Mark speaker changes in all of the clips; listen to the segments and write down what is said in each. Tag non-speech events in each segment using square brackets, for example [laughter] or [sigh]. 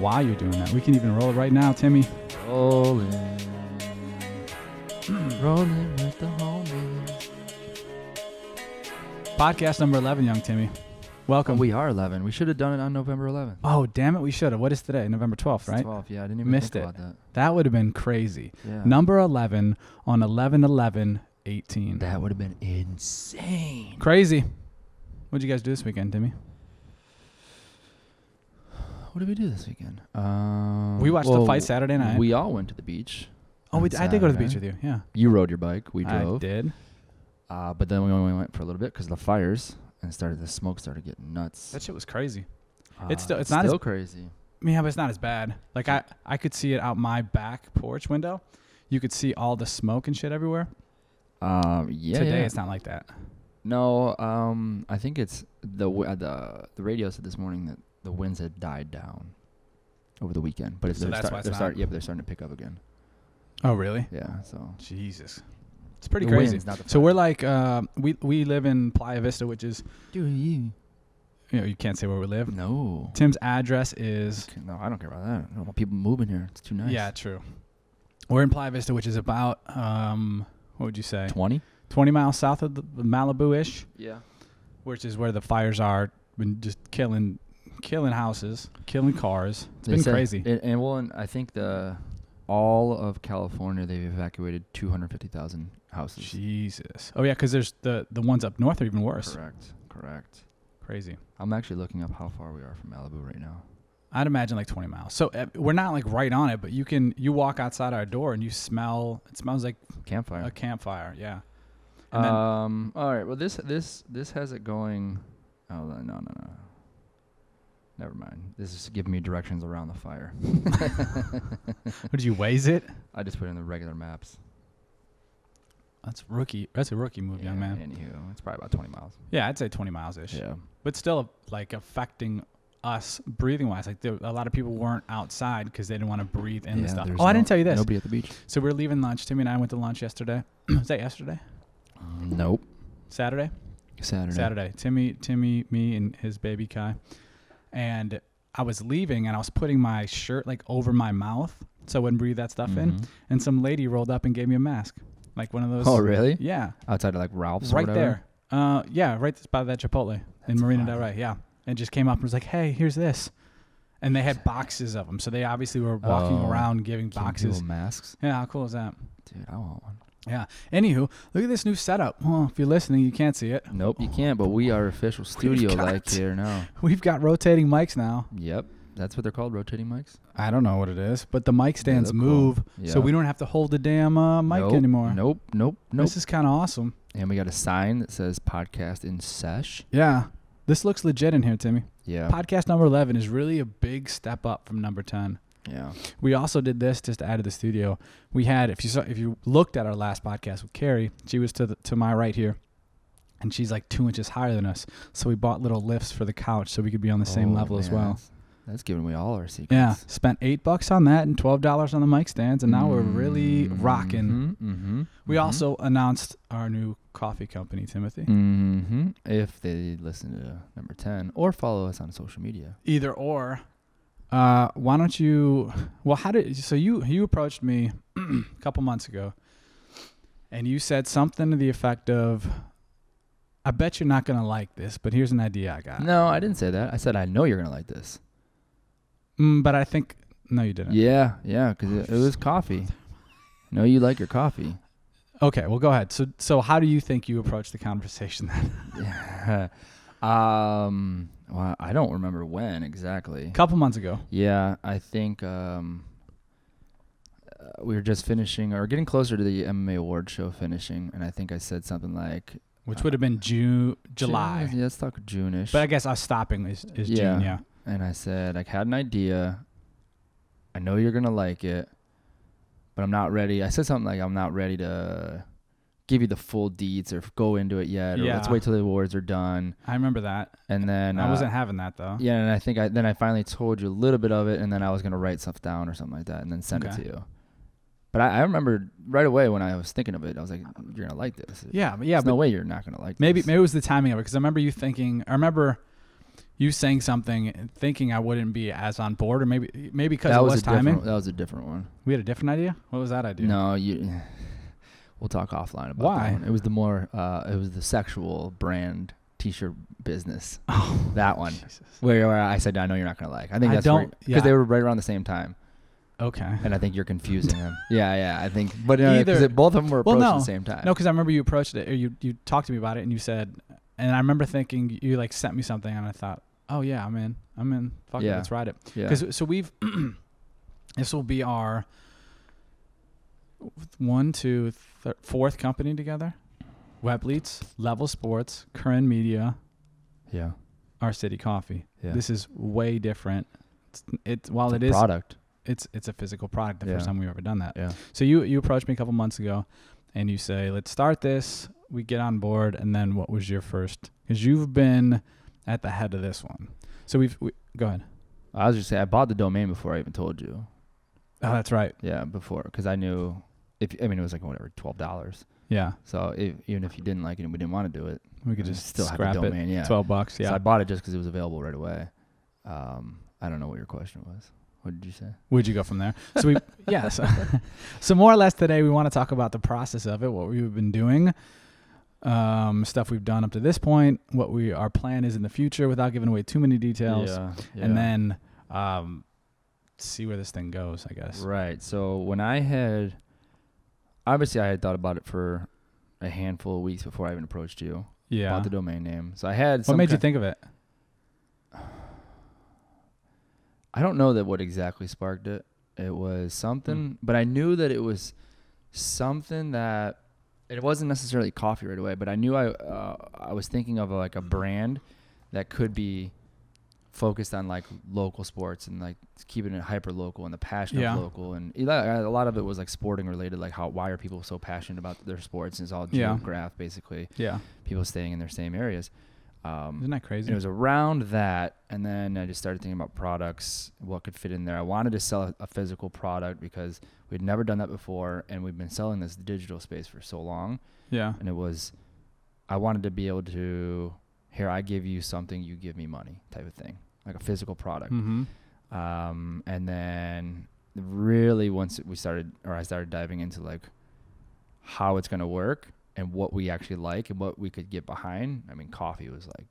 Speaker 1: while you're doing that. We can even roll it right now, Timmy.
Speaker 2: Rolling. Hmm. Rolling with the homies.
Speaker 1: Podcast number 11, young Timmy.
Speaker 2: Oh,
Speaker 1: Welcome.
Speaker 2: we are 11. We should have done it on November 11th.
Speaker 1: oh, damn it. We should have. What is today? November 12th,
Speaker 2: It's
Speaker 1: right?
Speaker 2: 12. Yeah, I didn't even
Speaker 1: Missed
Speaker 2: think
Speaker 1: it.
Speaker 2: about
Speaker 1: That would have been crazy.
Speaker 2: that. Yeah.
Speaker 1: Number 11 on 11 11 18.
Speaker 2: That would have been insane.
Speaker 1: Crazy. What'd you guys do this weekend, Timmy?
Speaker 2: What did we do this weekend? Um,
Speaker 1: we watched
Speaker 2: well,
Speaker 1: the fight Saturday night.
Speaker 2: We all went to the beach.
Speaker 1: oh, we
Speaker 2: on
Speaker 1: d- I did go to the
Speaker 2: Saturday.
Speaker 1: beach with you. Yeah.
Speaker 2: You rode your bike. We drove.
Speaker 1: I did.
Speaker 2: Uh, but then we only went for a little bit because of the fires and started the smoke started getting nuts.
Speaker 1: That shit was crazy.
Speaker 2: Uh,
Speaker 1: it's still- it's not as-
Speaker 2: still crazy.
Speaker 1: Yeah, but it's not as bad. Like I, I could see it out my back porch window. You could see all the smoke and shit everywhere.
Speaker 2: Um, yeah.
Speaker 1: Today
Speaker 2: yeah.
Speaker 1: it's not like that.
Speaker 2: no. Um, I think it's the w- uh, the the radio said this morning that the winds had died down over the weekend, but it's
Speaker 1: So
Speaker 2: they're,
Speaker 1: that's
Speaker 2: start-
Speaker 1: why it's
Speaker 2: they're
Speaker 1: not-
Speaker 2: start- yeah, but they're starting to pick up again.
Speaker 1: Oh, really?
Speaker 2: Yeah. So
Speaker 1: Jesus. It's pretty
Speaker 2: The
Speaker 1: crazy.
Speaker 2: winds, not the
Speaker 1: So we're
Speaker 2: fire.
Speaker 1: like, uh, we we live in Playa Vista, which is
Speaker 2: do you?
Speaker 1: you know you can't say where we live.
Speaker 2: No.
Speaker 1: Tim's address is
Speaker 2: Okay, No, I don't care about that. I don't want people moving here. It's too nice.
Speaker 1: yeah, true. We're in Playa Vista, which is about um, what would you say,
Speaker 2: Twenty.
Speaker 1: twenty miles south of the Malibu ish,
Speaker 2: Yeah.
Speaker 1: which is where the fires are been just killing, killing houses, killing cars. It's
Speaker 2: They
Speaker 1: been
Speaker 2: said-
Speaker 1: crazy.
Speaker 2: And, and well, and I think the all of California they've evacuated 250,000 houses.
Speaker 1: Jesus. Oh yeah, because there's the the ones up north are even worse.
Speaker 2: Correct. Correct.
Speaker 1: Crazy.
Speaker 2: I'm actually looking up how far we are from Malibu right now.
Speaker 1: I'd imagine like 20 miles. So uh, we're not like right on it, but you can you walk outside our door and you smell it smells like a
Speaker 2: Campfire.
Speaker 1: campfire. Yeah. and then-
Speaker 2: Um. All right. Well, this this this has it going. Oh no no no. no. Never mind. This is giving me directions around the fire.
Speaker 1: What did you waze it?
Speaker 2: I just put in the regular maps.
Speaker 1: That's rookie. That's a rookie move, young Oh, man.
Speaker 2: Anywho, it's probably about 20 miles.
Speaker 1: Yeah, I'd say 20 miles ish. But still like affecting us breathing wise. Like there, a lot of people weren't outside because they didn't want to breathe in the
Speaker 2: Yeah,
Speaker 1: stuff.
Speaker 2: there's
Speaker 1: Oh, I
Speaker 2: no-
Speaker 1: didn't tell you this.
Speaker 2: Nobody at the beach.
Speaker 1: So we are leaving lunch. Timmy and I went to lunch yesterday. [clears throat] Was that yesterday?
Speaker 2: Nope.
Speaker 1: Saturday?
Speaker 2: Saturday.
Speaker 1: Saturday. Timmy, Timmy, me, and his baby Kai, and I was leaving, and I was putting my shirt like over my mouth so I wouldn't breathe that stuff in.
Speaker 2: Mhm.
Speaker 1: And some lady rolled up and gave me a mask, like one of those.
Speaker 2: Oh really?
Speaker 1: Yeah,
Speaker 2: Outside of like Ralph's, or
Speaker 1: right
Speaker 2: whatever?
Speaker 1: there. Uh, yeah, right by that Chipotle in
Speaker 2: That's
Speaker 1: Marina
Speaker 2: fire.
Speaker 1: Del Rey. Yeah, and just came up and was like, "Hey, here's this," and they had boxes of them, so they obviously were walking
Speaker 2: Oh,
Speaker 1: around giving
Speaker 2: Giving
Speaker 1: boxes.
Speaker 2: people masks,
Speaker 1: Yeah, how cool is that?
Speaker 2: dude. I want one.
Speaker 1: Yeah. Anywho, look at this new setup. Well, if you're listening, you can't see it. [laughs]
Speaker 2: Nope, you can't. But we are official studio like
Speaker 1: got-
Speaker 2: here now.
Speaker 1: We've got rotating mics now.
Speaker 2: Yep, that's what they're called, rotating mics.
Speaker 1: I don't know what it is, but the mic stands
Speaker 2: look cool.
Speaker 1: move, so
Speaker 2: Yeah.
Speaker 1: we don't have to hold the damn uh, mic
Speaker 2: nope,
Speaker 1: anymore.
Speaker 2: Nope, nope, nope.
Speaker 1: This is kind of awesome.
Speaker 2: And we got a sign that says "Podcast in Sesh."
Speaker 1: Yeah, this looks legit in here, Timmy.
Speaker 2: Yeah,
Speaker 1: Podcast number eleven is really a big step up from number ten.
Speaker 2: yeah.
Speaker 1: We also did this just to add to the studio. We had, if you saw, if you looked at our last podcast with Carrie, she was to the, to my right here, and she's like two inches higher than us. So we bought little lifts for the couch so we could be on the same
Speaker 2: Oh,
Speaker 1: level as
Speaker 2: man,
Speaker 1: well.
Speaker 2: That's, that's giving away all our secrets.
Speaker 1: Yeah, spent eight bucks on that and twelve dollars on the mic stands, and now we're really rocking.
Speaker 2: hmm
Speaker 1: We also announced our new coffee company, Timothy.
Speaker 2: hmm If they listen to number ten or follow us on social media,
Speaker 1: Either or, uh, why don't you? Well, how did so you you approached me [clears throat] a couple months ago, and you said something to the effect of, "I bet you're not gonna like this, but here's an idea I got."
Speaker 2: no, I didn't say that. I said I know you're gonna like this.
Speaker 1: Mm, but I think no, you didn't.
Speaker 2: Yeah, yeah, because it, it was
Speaker 1: Oh,
Speaker 2: coffee. No, you like your coffee.
Speaker 1: Okay, well, go ahead. So so how do you think you approached the conversation [laughs] then?
Speaker 2: um, well, I don't remember when exactly.
Speaker 1: a couple months ago?
Speaker 2: Yeah, I think um, uh, we were just finishing or getting closer to the MMA award show finishing, and I think I said something like
Speaker 1: Which would have been June, July.
Speaker 2: June, yeah, let's talk June-ish.
Speaker 1: But I guess us stopping is, is
Speaker 2: Yeah.
Speaker 1: June, yeah.
Speaker 2: and I said I had an idea. I know you're gonna like it, but I'm not ready. I said something like I'm not ready to give you the full deeds or go into it yet, or let's
Speaker 1: Yeah.
Speaker 2: wait till the awards are done.
Speaker 1: I remember that.
Speaker 2: And then
Speaker 1: I
Speaker 2: uh,
Speaker 1: wasn't having that though.
Speaker 2: Yeah, and I think I then I finally told you a little bit of it, and then I was gonna write stuff down or something like that, and then send it
Speaker 1: Okay.
Speaker 2: to you. But I, I remember right away when I was thinking of it, I was like, "You're gonna like this."
Speaker 1: Yeah, but yeah,
Speaker 2: There's
Speaker 1: but
Speaker 2: no way you're not gonna like
Speaker 1: maybe
Speaker 2: this.
Speaker 1: maybe it was the timing of it because I remember you thinking. I remember you saying something and thinking I wouldn't be as on board, or maybe maybe because
Speaker 2: that
Speaker 1: it
Speaker 2: was
Speaker 1: was,
Speaker 2: a
Speaker 1: timing.
Speaker 2: different. That was a different one.
Speaker 1: We had a different idea. What was that idea?
Speaker 2: No, you. [laughs] We'll talk offline about that
Speaker 1: Why?
Speaker 2: one. It was the more. Uh, it was the sexual brand T-shirt business.
Speaker 1: [laughs] Oh,
Speaker 2: That one
Speaker 1: Jesus.
Speaker 2: where, where I said I know you're not gonna like. I think
Speaker 1: I
Speaker 2: that's
Speaker 1: don't-
Speaker 2: because
Speaker 1: yeah.
Speaker 2: they were right around the same time,
Speaker 1: Okay.
Speaker 2: and I think you're confusing them.
Speaker 1: [laughs]
Speaker 2: Yeah, yeah. I think, but no,
Speaker 1: Either-
Speaker 2: because both of them were
Speaker 1: Well,
Speaker 2: approached at
Speaker 1: no.
Speaker 2: the same time.
Speaker 1: No, because I remember you approached it, or you you talked to me about it, and you said, and I remember thinking you like sent me something, and I thought, oh yeah, I'm in, I'm in, fuck it,
Speaker 2: Yeah.
Speaker 1: let's ride it.
Speaker 2: yeah.
Speaker 1: Because so we've [clears throat] this will be our one, two, thir- fourth company together. Web Leads, Level Sports, Current Media,
Speaker 2: yeah,
Speaker 1: Our City Coffee.
Speaker 2: yeah.
Speaker 1: This is way different. It's, it's while
Speaker 2: It's
Speaker 1: it
Speaker 2: a
Speaker 1: is,
Speaker 2: product.
Speaker 1: it's it's a physical product. The
Speaker 2: Yeah.
Speaker 1: first time we've ever done that.
Speaker 2: Yeah,
Speaker 1: So you you approached me a couple months ago, and you say, "Let's start this." We get on board, and then what was your first? Because you've been at the head of this one. So we've we, go ahead.
Speaker 2: I was just saying I bought the domain before I even told you.
Speaker 1: Oh, that's right.
Speaker 2: Yeah, before because I knew if I mean it was like whatever twelve dollars.
Speaker 1: Yeah,
Speaker 2: So if, even if you didn't like it, and we didn't want to do it.
Speaker 1: we could
Speaker 2: I
Speaker 1: just
Speaker 2: still
Speaker 1: scrap
Speaker 2: have the
Speaker 1: it.
Speaker 2: domain. Yeah,
Speaker 1: Twelve bucks.
Speaker 2: So
Speaker 1: Yeah.
Speaker 2: I bought it just because it was available right away. Um, I don't know what your question was. What did you say?
Speaker 1: Where'd you go from there? So we [laughs] yeah. So, so more or less today, we want to talk about the process of it, what we've been doing. Um, stuff we've done up to this point, what we our plan is in the future, without giving away too many details, and then um, see where this thing goes. I guess.
Speaker 2: right. So when I had, obviously I had thought about it for a handful of weeks before I even approached you.
Speaker 1: Yeah.
Speaker 2: Bought the domain name. So I had.
Speaker 1: What
Speaker 2: Some
Speaker 1: made you
Speaker 2: ki-
Speaker 1: think of it?
Speaker 2: I don't know that what exactly sparked it. It was
Speaker 1: Hmm.
Speaker 2: something, but I knew that it was something that it wasn't necessarily coffee right away. But I knew I uh, I was thinking of like a brand that could be focused on like local sports and like keeping it hyper local and the passion
Speaker 1: Yeah.
Speaker 2: of local and a lot- a lot of it was like sporting related like how why are people so passionate about their sports and it's all
Speaker 1: Yeah.
Speaker 2: geograph basically
Speaker 1: Yeah.
Speaker 2: people staying in their same areas um,
Speaker 1: Isn't that crazy?
Speaker 2: and it was around that, and then I just started thinking about products, what could fit in there. I wanted to sell a, a physical product because we'd never done that before, and we've been selling this digital space for so long.
Speaker 1: yeah.
Speaker 2: And it was, I wanted to be able to, here I give you something, you give me money, type of thing, like a physical product.
Speaker 1: Mm-hmm.
Speaker 2: Um, and then really once we started, or I started diving into like how it's gonna work and what we actually like and what we could get behind. I mean, coffee was like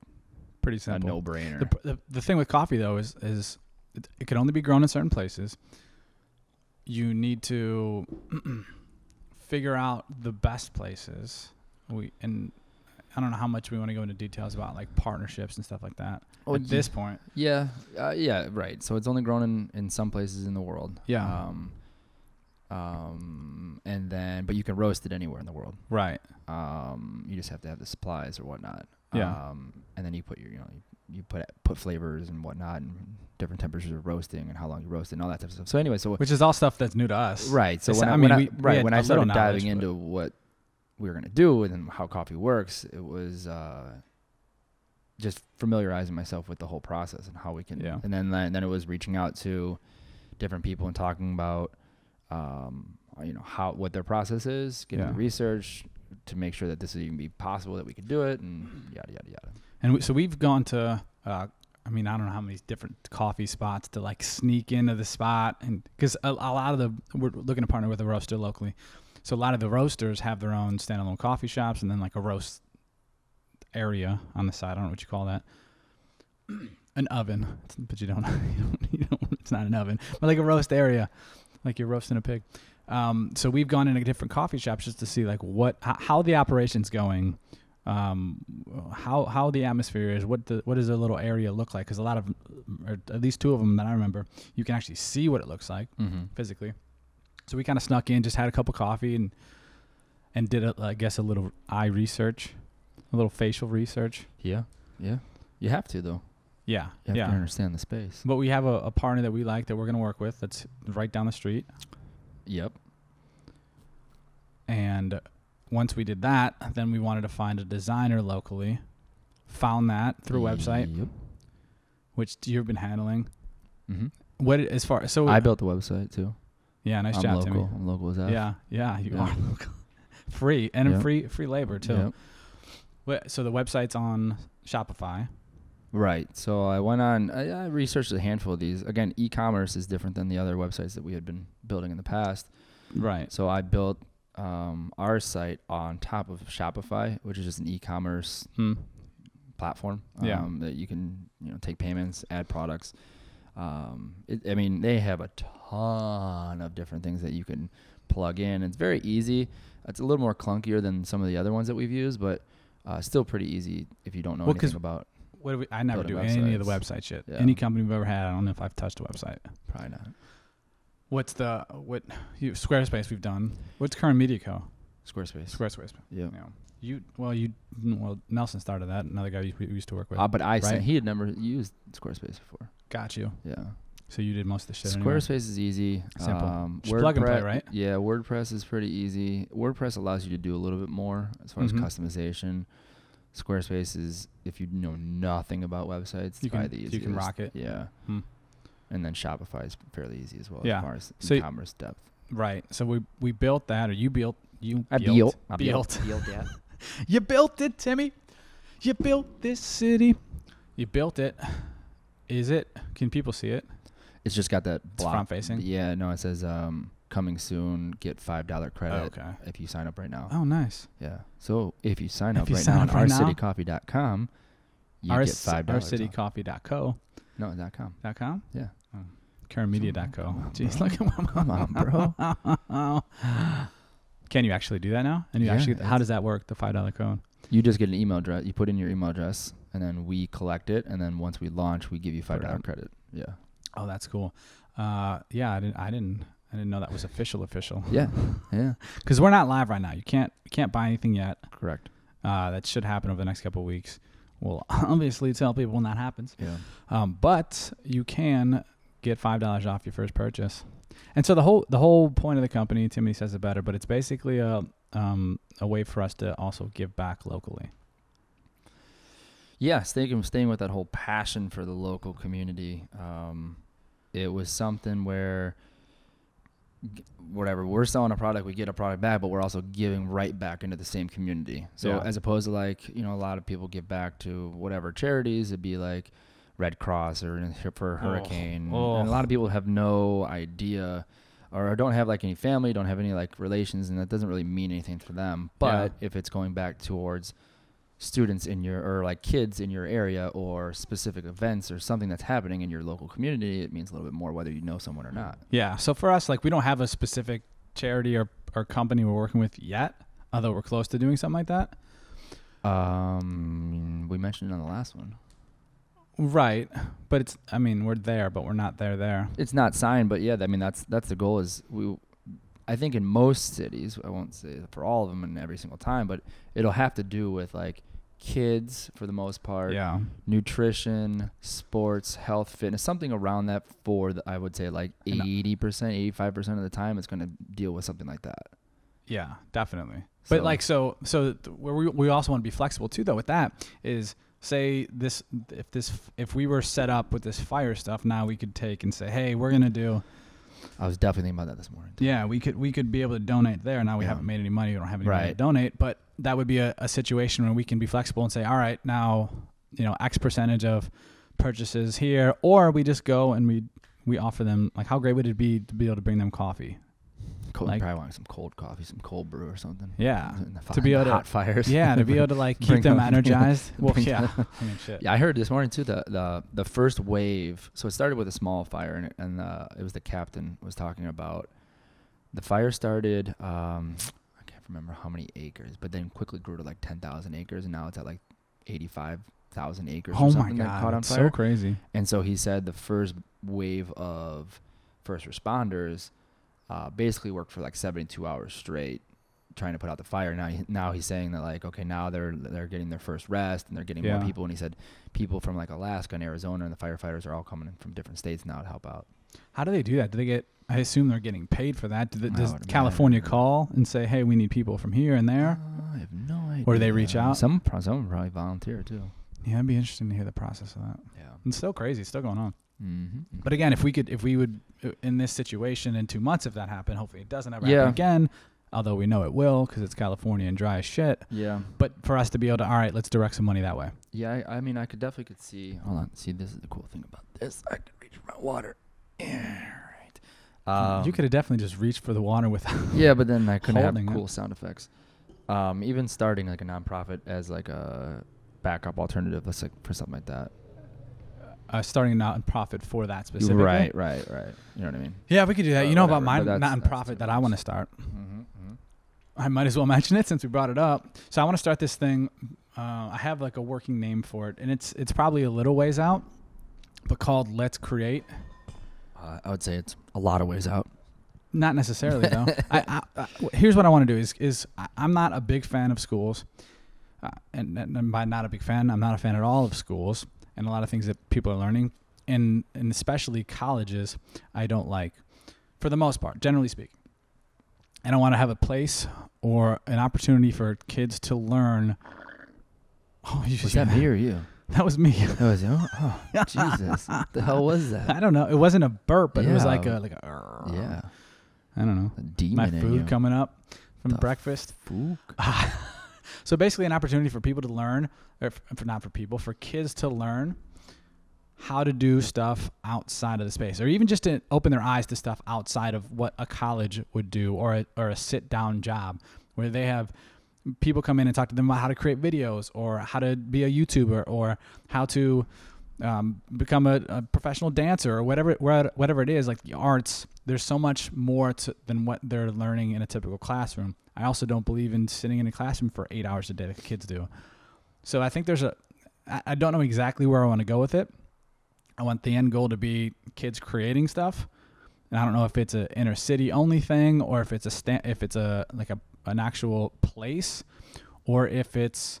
Speaker 1: Pretty
Speaker 2: a
Speaker 1: simple.
Speaker 2: no-brainer.
Speaker 1: The, pr- the the thing with coffee though is is it, it can only be grown in certain places. You need to [clears throat] figure out the best places. We and I don't know how much we want to go into details about like partnerships and stuff like that
Speaker 2: Oh,
Speaker 1: at
Speaker 2: ye-
Speaker 1: this point.
Speaker 2: Yeah, uh, yeah, right. So it's only grown in, in some places in the world.
Speaker 1: Yeah.
Speaker 2: Um, um, and then, but you can roast it anywhere in the world.
Speaker 1: Right.
Speaker 2: Um, you just have to have the supplies or whatnot.
Speaker 1: Yeah.
Speaker 2: Um, and then you put your, you know, you, you put put flavors and whatnot, and different temperatures of roasting and how long you roast it and all that type of stuff. So anyway, so
Speaker 1: Which is all stuff that's new to us.
Speaker 2: right. So
Speaker 1: It's-
Speaker 2: when
Speaker 1: I
Speaker 2: I,
Speaker 1: mean,
Speaker 2: when I-
Speaker 1: we- we
Speaker 2: right
Speaker 1: had
Speaker 2: when
Speaker 1: a
Speaker 2: I
Speaker 1: little
Speaker 2: started
Speaker 1: knowledge,
Speaker 2: diving
Speaker 1: but-
Speaker 2: into what we were gonna do and how coffee works, it was uh, just familiarizing myself with the whole process and how we can.
Speaker 1: Yeah.
Speaker 2: And then and then it was reaching out to different people and talking about um, you know how what their process is, getting
Speaker 1: Yeah.
Speaker 2: the research to make sure that this would even be possible that we could do it and yada yada yada.
Speaker 1: And we, so we've gone to, uh, I mean, I don't know how many different coffee spots to like sneak into the spot, and because a, a lot of the we're looking to partner with a roaster locally, so a lot of the roasters have their own standalone coffee shops, and then like a roast area on the side. I don't know what you call that. An oven, but you don't, [laughs] you don't, you don't. It's not an oven, but like a roast area, like you're roasting a pig. Um, so we've gone into different coffee shops just to see like what how, how the operation's going, um, how how the atmosphere is, what the what does a little area look like? Because a lot of, or at least two of them that I remember, you can actually see what it looks like
Speaker 2: Mm-hmm.
Speaker 1: physically. So we kind of snuck in, just had a cup of coffee, and and did a, I guess a little eye research, a little facial research.
Speaker 2: Yeah. Yeah. You have to though.
Speaker 1: Yeah,
Speaker 2: You have to
Speaker 1: yeah.
Speaker 2: understand the space.
Speaker 1: But we have a, a partner that we like that we're gonna work with. That's right down the street.
Speaker 2: Yep.
Speaker 1: And once we did that, then we wanted to find a designer locally. Found that through a website,
Speaker 2: Yep.
Speaker 1: which you've been handling.
Speaker 2: Mm-hmm.
Speaker 1: What as far so
Speaker 2: I built the website too.
Speaker 1: Yeah, nice
Speaker 2: I'm
Speaker 1: job,
Speaker 2: local.
Speaker 1: Timmy.
Speaker 2: I'm local as F.
Speaker 1: Yeah, yeah, you
Speaker 2: Yeah.
Speaker 1: are [laughs] local. free and in
Speaker 2: Yep.
Speaker 1: free free labor too.
Speaker 2: Yep.
Speaker 1: Wh- So the website's on Shopify.
Speaker 2: Right. So I went on, I, I researched a handful of these. Again, e commerce is different than the other websites that we had been building in the past.
Speaker 1: Right.
Speaker 2: So I built um, our site on top of Shopify, which is just an e commerce
Speaker 1: Hmm.
Speaker 2: platform
Speaker 1: Yeah.
Speaker 2: um, that you can you know take payments, add products. Um, it, I mean, they have a ton of different things that you can plug in. It's very easy. It's a little more clunkier than some of the other ones that we've used, but uh, still pretty easy if you don't know
Speaker 1: Well, 'cause
Speaker 2: anything about.
Speaker 1: What do we, I never do
Speaker 2: Building
Speaker 1: any of the website shit.
Speaker 2: Yeah.
Speaker 1: Any company we've ever had, I don't know if I've touched a website.
Speaker 2: Probably not.
Speaker 1: What's the what? You, Squarespace we've done. What's current media co?
Speaker 2: Squarespace.
Speaker 1: Squarespace.
Speaker 2: yeah.
Speaker 1: Yeah. You well you well Nelson started that. Another guy we we used to work with.
Speaker 2: Uh, but I sent,
Speaker 1: right?
Speaker 2: he had never used Squarespace before.
Speaker 1: Got you.
Speaker 2: Yeah.
Speaker 1: So you did most of the shit. anyway.
Speaker 2: Squarespace is easy.
Speaker 1: Simple.
Speaker 2: Um,
Speaker 1: Just plug and play,
Speaker 2: WordPre-
Speaker 1: right?
Speaker 2: Yeah, WordPress is pretty easy. WordPress allows you to do a little bit more as far
Speaker 1: Mhm.
Speaker 2: as customization. Squarespace is if you know nothing about websites,
Speaker 1: You
Speaker 2: you
Speaker 1: can
Speaker 2: the easiest.
Speaker 1: you can rock it.
Speaker 2: Yeah.
Speaker 1: Hmm.
Speaker 2: And then Shopify is fairly easy as well
Speaker 1: Yeah.
Speaker 2: as far as
Speaker 1: So y-
Speaker 2: e-commerce depth.
Speaker 1: Right. So we we built that, or you built you
Speaker 2: I
Speaker 1: built
Speaker 2: built. I
Speaker 1: built. [laughs]
Speaker 2: built. Built, yeah.
Speaker 1: you built it, Timmy. You built this city. You built it. Is it? Can people see it?
Speaker 2: It's just got that
Speaker 1: It's
Speaker 2: block.
Speaker 1: front facing.
Speaker 2: Yeah, no, it says um, coming soon, get $5
Speaker 1: Oh,
Speaker 2: credit
Speaker 1: okay.
Speaker 2: if you sign up right now.
Speaker 1: Oh, nice.
Speaker 2: Yeah. So if you sign
Speaker 1: If
Speaker 2: up
Speaker 1: you
Speaker 2: right
Speaker 1: sign
Speaker 2: now on
Speaker 1: up right now,
Speaker 2: ourcitycoffee.com, you
Speaker 1: Our
Speaker 2: get five dollars.
Speaker 1: ourcitycoffee.co.
Speaker 2: No,
Speaker 1: [laughs]
Speaker 2: dot com.
Speaker 1: Dot com?
Speaker 2: Yeah.
Speaker 1: Oh. Currentmedia.co.
Speaker 2: Come on,
Speaker 1: Jeez,
Speaker 2: bro.
Speaker 1: look at
Speaker 2: Come
Speaker 1: [laughs]
Speaker 2: on, bro.
Speaker 1: what Can you actually do that now? And you
Speaker 2: Yeah,
Speaker 1: actually, how
Speaker 2: it's-
Speaker 1: does that work? The five dollar code.
Speaker 2: You just get an email address. You put in your email address, and then we collect it. And then once we launch, we give you
Speaker 1: Put
Speaker 2: five
Speaker 1: it
Speaker 2: dollar
Speaker 1: on.
Speaker 2: credit. Yeah.
Speaker 1: Oh, that's cool. Uh, yeah, I didn't, I didn't, I didn't know that was official, official.
Speaker 2: Yeah.
Speaker 1: [laughs]
Speaker 2: Yeah.
Speaker 1: Because we're not live right now. You can't, you can't buy anything yet.
Speaker 2: Correct.
Speaker 1: Uh, that should happen over the next couple of weeks. We'll [laughs] obviously tell people when that happens.
Speaker 2: Yeah.
Speaker 1: Um, but you can get five dollars off your first purchase. And so the whole the whole point of the company, Timmy says it better, but it's basically a um, a way for us to also give back locally.
Speaker 2: Yeah. Staying staying with that whole passion for the local community. Um, it was something where g- whatever we're selling a product we get a product back but we're also giving right back into the same community so
Speaker 1: Yeah.
Speaker 2: as opposed to like you know a lot of people give back to whatever charities it'd be like red cross or in- for a
Speaker 1: Oh,
Speaker 2: hurricane
Speaker 1: oh.
Speaker 2: and a lot of people have no idea or don't have like any family don't have any like relations and that doesn't really mean anything for them but if it's going back towards students in your or like kids in your area or specific events or something that's happening in your local community it means a little bit more whether you know someone or not
Speaker 1: Yeah. So for us, like we don't have a specific charity or or company we're working with yet, although we're close to doing something like that.
Speaker 2: Um, we mentioned it on the last one.
Speaker 1: Right. But it's I mean we're there, but we're not there there.
Speaker 2: It's not signed, but yeah, I mean that's that's the goal. Is we, I think in most cities, I won't say for all of them and every single time, but it'll have to do with like kids for the most part,
Speaker 1: Yeah.
Speaker 2: nutrition, sports, health, fitness, something around that. For the, I would say like
Speaker 1: And-
Speaker 2: eighty percent, eighty five percent of the time, it's going to deal with something like that.
Speaker 1: Yeah, definitely. But
Speaker 2: So-
Speaker 1: like so so th- where we we also want to be flexible too though with that is say this if this if we were set up with this fire stuff now we could take and say hey we're going to do
Speaker 2: I was definitely thinking about that this morning.
Speaker 1: yeah we could we could be able to donate there now we
Speaker 2: Yeah.
Speaker 1: haven't made any money we don't have any money to
Speaker 2: Right.
Speaker 1: donate but that would be a, a situation where we can be flexible and say all right now you know x percentage of purchases here or we just go and we we offer them like how great would it be to be able to bring them coffee
Speaker 2: Cold,
Speaker 1: Like-
Speaker 2: probably wanting some cold coffee, some cold brew or something.
Speaker 1: yeah
Speaker 2: In the
Speaker 1: To be
Speaker 2: fi-
Speaker 1: able to-
Speaker 2: hot fires.
Speaker 1: yeah
Speaker 2: [laughs]
Speaker 1: to be able to like keep
Speaker 2: Bring
Speaker 1: them
Speaker 2: them- [laughs]
Speaker 1: energized well
Speaker 2: bring
Speaker 1: yeah I mean, shit.
Speaker 2: Yeah, I heard this morning too. The the the first wave. So it started with a small fire, and and uh, it was the captain was talking about. The fire started. Um, I can't remember how many acres, but then quickly grew to like ten thousand acres, and now it's at like eighty-five thousand acres. or
Speaker 1: Oh my
Speaker 2: something That
Speaker 1: god,
Speaker 2: caught on
Speaker 1: it's
Speaker 2: fire.
Speaker 1: so crazy.
Speaker 2: And so he said the first wave of first responders uh, basically worked for like 72 hours straight trying to put out the fire. Now, he, now he's saying that like, okay, now they're they're getting their first rest and they're getting
Speaker 1: Yeah.
Speaker 2: more people. And he said people from like Alaska and Arizona and the firefighters are all coming in from different states now to help out.
Speaker 1: How do they do that? Do they get? I assume they're getting paid for that. Do the,
Speaker 2: I
Speaker 1: does
Speaker 2: would
Speaker 1: California
Speaker 2: imagine.
Speaker 1: call and say, "Hey, we need people from here and there"?
Speaker 2: Uh, I have no idea.
Speaker 1: Or do they reach out?
Speaker 2: Some pro- some would probably volunteer too.
Speaker 1: Yeah, it'd be interesting to hear the process of that.
Speaker 2: Yeah.
Speaker 1: It's still crazy. It's still going on.
Speaker 2: Mm-hmm.
Speaker 1: But again, if we could, if we would, uh, in this situation, in two months, if that happened, hopefully it doesn't ever
Speaker 2: Yeah.
Speaker 1: happen again. although we know it will because it's California and dry as shit.
Speaker 2: Yeah.
Speaker 1: But for us to be able to, all right, let's direct some money that way.
Speaker 2: Yeah, I, I mean, I could definitely could see. Hold on, see, this is the cool thing about this. I can reach my water. Yeah, right. Um,
Speaker 1: you could have definitely just reached for the water without.
Speaker 2: Yeah, but then I couldn't have
Speaker 1: holding it.
Speaker 2: cool sound effects. Um, even starting like a nonprofit as like a backup alternative, let's like for something like that.
Speaker 1: Uh, starting a nonprofit for that specifically.
Speaker 2: Right, right, right. You know what I mean?
Speaker 1: Yeah, we could do that.
Speaker 2: Uh,
Speaker 1: you know about my
Speaker 2: whatever, but that's- that's
Speaker 1: nonprofit that I
Speaker 2: different.
Speaker 1: want to start.
Speaker 2: Mm-hmm, mm-hmm.
Speaker 1: I might as well [laughs] mention it since we brought it up. So I want to start this thing. Uh, I have like a working name for it, and it's it's probably a little ways out, but called Let's Create.
Speaker 2: Uh, I would say it's a lot of ways out.
Speaker 1: Not necessarily
Speaker 2: [laughs]
Speaker 1: though. I, I, I, here's what I want to do is is I, I'm not a big fan of schools, uh, and, and and by not a big fan, I'm not a fan at all of schools and a lot of things that people are learning, and and especially colleges. I don't like, for the most part, generally speaking. And I want to have a place or an opportunity for kids to learn. Oh, you
Speaker 2: Was
Speaker 1: hear
Speaker 2: that me or you?
Speaker 1: That was me. [laughs]
Speaker 2: That was you. Oh, [laughs] Jesus! What the hell was [laughs] that?
Speaker 1: I don't know. It wasn't a burp, but it was
Speaker 2: Yeah.
Speaker 1: like a like a.
Speaker 2: Yeah,
Speaker 1: I don't know.
Speaker 2: a demon.
Speaker 1: My
Speaker 2: in
Speaker 1: food
Speaker 2: you.
Speaker 1: coming up from
Speaker 2: The f-
Speaker 1: breakfast.
Speaker 2: Fook.
Speaker 1: So basically, an opportunity for people to learn, or f- for not for people, for kids to learn how to do stuff outside of the space, or even just to open their eyes to stuff outside of what a college would do, or a, or a sit down job where they have people come in and talk to them about how to create videos, or how to be a YouTuber, or how to um, become a, a professional dancer, or whatever wha- whatever it is. Like the arts, there's so much more to, than what they're learning in a typical classroom. I also don't believe in sitting in a classroom for eight hours a day like the kids do. So I think there's a, I, I don't know exactly where I want to go with it. I want the end goal to be kids creating stuff. And I don't know if it's a inner city only thing or if it's a, sta- if it's a, like a, an actual place or if it's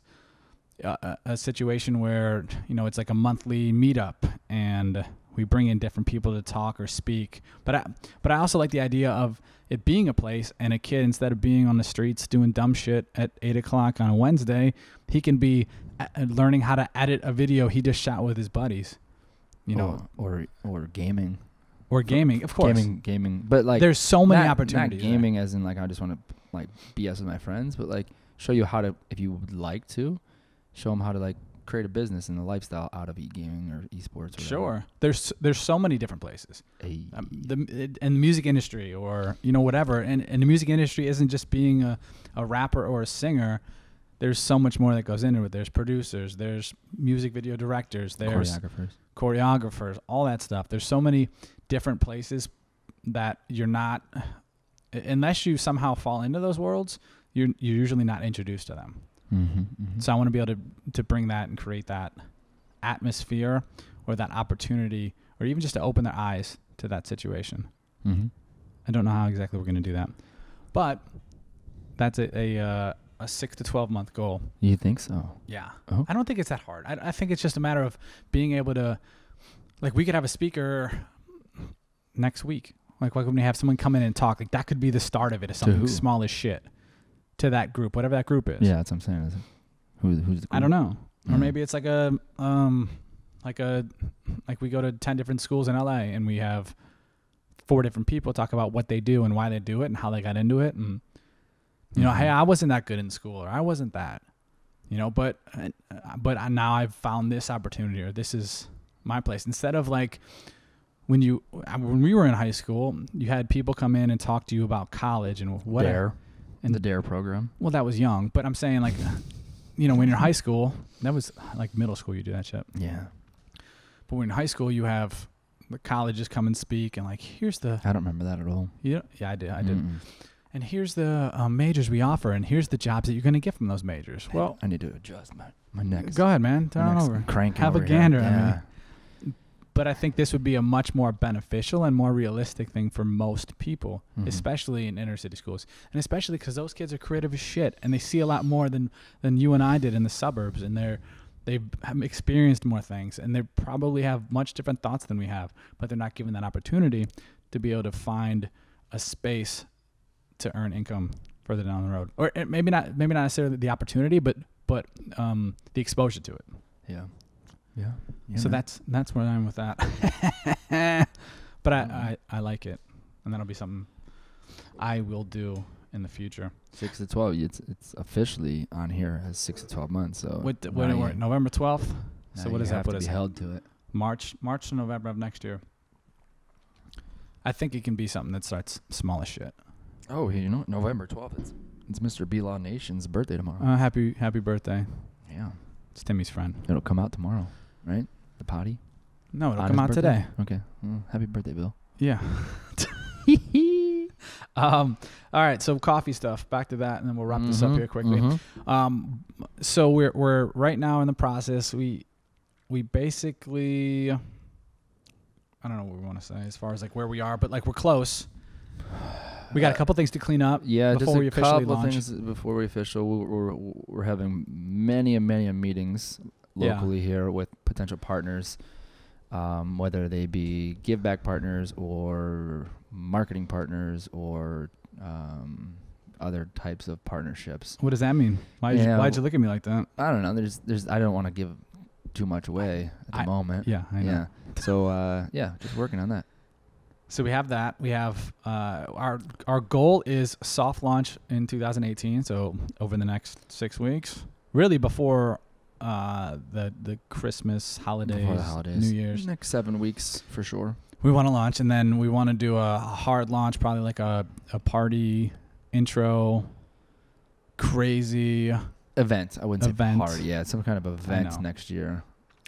Speaker 1: a, a- a situation where, you know, it's like a monthly meetup and we bring in different people to talk or speak. But I, but I also like the idea of it being a place and a kid instead of being on the streets doing dumb shit at eight o'clock on a Wednesday, he can be a- learning how to edit a video he just shot with his buddies, you know,
Speaker 2: or or, or gaming.
Speaker 1: or gaming, of course.
Speaker 2: Oh, Gaming, gaming, but like
Speaker 1: There's so many
Speaker 2: not-
Speaker 1: opportunities.
Speaker 2: Not
Speaker 1: there.
Speaker 2: gaming, as in like I just want to like BS with my friends, but like show you how to if you would like to, show them how to like create a business and a lifestyle out of e gaming or esports. Or
Speaker 1: Sure. There's there's so many different places.
Speaker 2: Hey.
Speaker 1: Um, the it- and the music industry or you know whatever and and the music industry isn't just being a, a rapper or a singer. There's so much more that goes into it. There's producers, there's music video directors, there's
Speaker 2: choreographers.
Speaker 1: choreographers, all that stuff. There's so many different places that you're not, unless you somehow fall into those worlds, you're you're usually not introduced to them.
Speaker 2: Mm-hmm,
Speaker 1: So I want to be able to to bring that and create that atmosphere or that opportunity, or even just to open their eyes to that situation.
Speaker 2: Mm-hmm.
Speaker 1: I don't know how exactly we're going to do that, but that's a a, uh, a six to twelve month goal.
Speaker 2: You think so?
Speaker 1: Yeah.
Speaker 2: Oh.
Speaker 1: I don't think it's that hard. I, I think it's just a matter of being able to, like, we could have a speaker next week. Like, why couldn't we have someone come in and talk? Like, that could be the start of it, if something
Speaker 2: who?
Speaker 1: small as shit to that group, whatever that group is.
Speaker 2: Yeah, that's what I'm saying. Is it- Who, who's the
Speaker 1: I don't know. Or
Speaker 2: Yeah.
Speaker 1: maybe it's like a, um, like a, like we go to 10 different schools in LA and we have four different people talk about what they do and why they do it and how they got into it. And, you know,
Speaker 2: Mhm.
Speaker 1: hey, I wasn't that good in school or I wasn't that, you know, but, uh, but I, now I've found this opportunity or this is my place. Instead of like when you, uh, when we were in high school, you had people come in and talk to you about college and what,
Speaker 2: Dare
Speaker 1: and-
Speaker 2: and the Dare program.
Speaker 1: well, that was young, but I'm saying like, [laughs] you know, when you're in high school, that was like middle school, you do that shit.
Speaker 2: Yeah,
Speaker 1: But when you're in high school, you have the colleges come and speak, and like, here's the,
Speaker 2: I don't remember that at all.
Speaker 1: you know, yeah, I did, I did,
Speaker 2: Mm-mm.
Speaker 1: and here's the um, majors we offer, and here's the jobs that you're gonna get from those majors. Well,
Speaker 2: I need to adjust my my neck.
Speaker 1: go ahead, man, turn
Speaker 2: my
Speaker 1: it
Speaker 2: neck's
Speaker 1: over.
Speaker 2: Cranking
Speaker 1: Have a
Speaker 2: over here.
Speaker 1: gander, I mean.
Speaker 2: Yeah.
Speaker 1: But I think this would be a much more beneficial and more realistic thing for most people,
Speaker 2: Mhm.
Speaker 1: especially in inner city schools, and especially because those kids are creative as shit, and they see a lot more than than you and I did in the suburbs, and they're they've have experienced more things, and they probably have much different thoughts than we have, but they're not given that opportunity to be able to find a space to earn income further down the road, or eh, maybe not maybe not necessarily the opportunity, but but um, the exposure to it.
Speaker 2: Yeah. Yeah.
Speaker 1: So that's that's where I'm with
Speaker 2: [laughs] Mm.
Speaker 1: that. but I, I I like it, and that'll be something I will do in the future.
Speaker 2: Six to twelve. It's it's officially on here as six to twelve months. So
Speaker 1: What the,
Speaker 2: now
Speaker 1: what
Speaker 2: you-
Speaker 1: we're at, November twelfth.
Speaker 2: now
Speaker 1: So what
Speaker 2: you
Speaker 1: does that
Speaker 2: have
Speaker 1: put
Speaker 2: to
Speaker 1: us
Speaker 2: be
Speaker 1: at?
Speaker 2: held to it?
Speaker 1: March March to November of next year. I think it can be something that starts small as shit.
Speaker 2: Oh, you know November twelfth. It's it's Mr. B Law Nation's birthday tomorrow.
Speaker 1: Uh, happy happy birthday.
Speaker 2: yeah,
Speaker 1: It's Timmy's friend.
Speaker 2: it'll come out tomorrow, right? The potty.
Speaker 1: No, it'll
Speaker 2: On
Speaker 1: come
Speaker 2: his
Speaker 1: out
Speaker 2: birthday?
Speaker 1: today.
Speaker 2: Okay. Well, happy birthday, Bill.
Speaker 1: Yeah. [laughs] um, all right, so coffee stuff. Back to that, and then we'll wrap this up
Speaker 2: Mhm,
Speaker 1: here quickly.
Speaker 2: mhm.
Speaker 1: Um, so we're we're right now in the process. We we basically, I don't know what we want to say as far as like where we are, but like we're close. We got a couple things to clean up.
Speaker 2: Yeah,
Speaker 1: before
Speaker 2: just a
Speaker 1: we officially
Speaker 2: couple
Speaker 1: launch.
Speaker 2: things before we official. We're, we're, we're having many and many meetings
Speaker 1: Yeah.
Speaker 2: locally here with potential partners, um, whether they be give back partners or marketing partners or um, other types of partnerships.
Speaker 1: What does that mean? Why would you,
Speaker 2: Yeah,
Speaker 1: why'd you look at me like that?
Speaker 2: I don't know. There's there's I don't want to give too much away at the
Speaker 1: I-
Speaker 2: moment.
Speaker 1: Yeah, I know.
Speaker 2: yeah. So uh, yeah, just working on that.
Speaker 1: So we have that. We have uh, our our goal is soft launch in 2018. So over the next six weeks, really before uh, the the Christmas holidays,
Speaker 2: Before the holidays.
Speaker 1: New Year's,
Speaker 2: Next seven weeks for sure.
Speaker 1: we want to launch, and then we want to do a hard launch, probably like a a party intro, crazy. A
Speaker 2: Event. I wouldn't
Speaker 1: Event.
Speaker 2: say party. Yeah, some kind of
Speaker 1: know.
Speaker 2: event next year.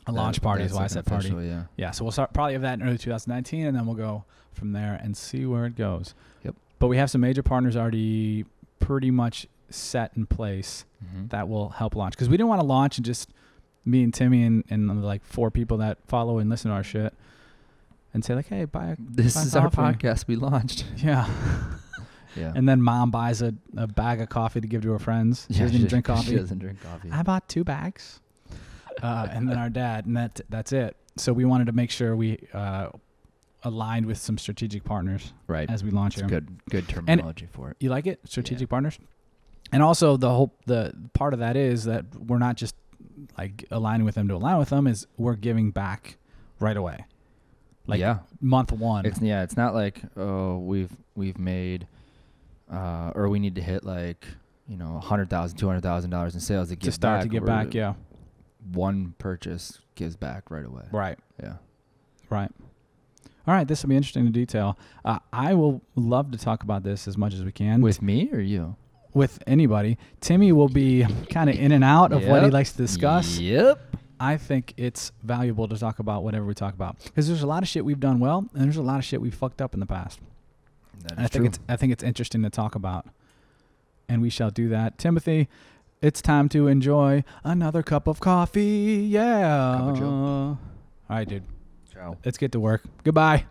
Speaker 1: launch
Speaker 2: That-
Speaker 1: party is
Speaker 2: that's
Speaker 1: why I
Speaker 2: like an
Speaker 1: said party.
Speaker 2: official, Yeah.
Speaker 1: Yeah, so we'll start probably have that in early 2019, and then we'll go from there and see where it goes.
Speaker 2: Yep.
Speaker 1: But we have some major partners already pretty much set in place
Speaker 2: Mm-hmm.
Speaker 1: that will help launch because we didn't want to launch and just me and Timmy and, and like four people that follow and listen to our shit and say like, hey, buy a [laughs]
Speaker 2: This
Speaker 1: Fun
Speaker 2: is our
Speaker 1: coffee.
Speaker 2: podcast
Speaker 1: [laughs]
Speaker 2: we launched.
Speaker 1: yeah,
Speaker 2: Yeah.
Speaker 1: and then mom buys a, a bag of coffee to give to her friends. She doesn't even drink
Speaker 2: [laughs] She
Speaker 1: coffee.
Speaker 2: doesn't drink coffee.
Speaker 1: I bought two bags, uh, and then our dad, and that that's it. So we wanted to make sure we uh, aligned with some strategic partners
Speaker 2: right.
Speaker 1: as we launch
Speaker 2: It's
Speaker 1: here.
Speaker 2: good good terminology for it.
Speaker 1: You like it? Strategic partners. And also the whole the part of that is that we're not just like aligning with them to align with them is we're giving back right away. Like uh,
Speaker 2: yeah.
Speaker 1: month one.
Speaker 2: It's yeah, it's not like oh we've we've made uh or we need to hit like you know, hundred thousand, two hundred thousand dollars in sales to get
Speaker 1: to start
Speaker 2: back.
Speaker 1: to get
Speaker 2: We're-
Speaker 1: back, yeah.
Speaker 2: One purchase gives back right away.
Speaker 1: Right.
Speaker 2: Yeah.
Speaker 1: Right. All right, this will be interesting to detail. Uh, I will love to talk about this as much as we can
Speaker 2: With me or you?
Speaker 1: with anybody. Timmy will be kind of in and out of what he
Speaker 2: Yep.
Speaker 1: likes to discuss.
Speaker 2: Yep.
Speaker 1: I think it's valuable to talk about whatever we talk about because there's a lot of shit we've done well and there's a lot of shit we fucked up in the past.
Speaker 2: That is
Speaker 1: And I
Speaker 2: true.
Speaker 1: think it's I think it's interesting to talk about, and we shall do that. Timothy, it's time to enjoy another cup of coffee. Yeah.
Speaker 2: Cup of Joe.
Speaker 1: All right, dude.
Speaker 2: Ciao.
Speaker 1: Let's get to work. Goodbye.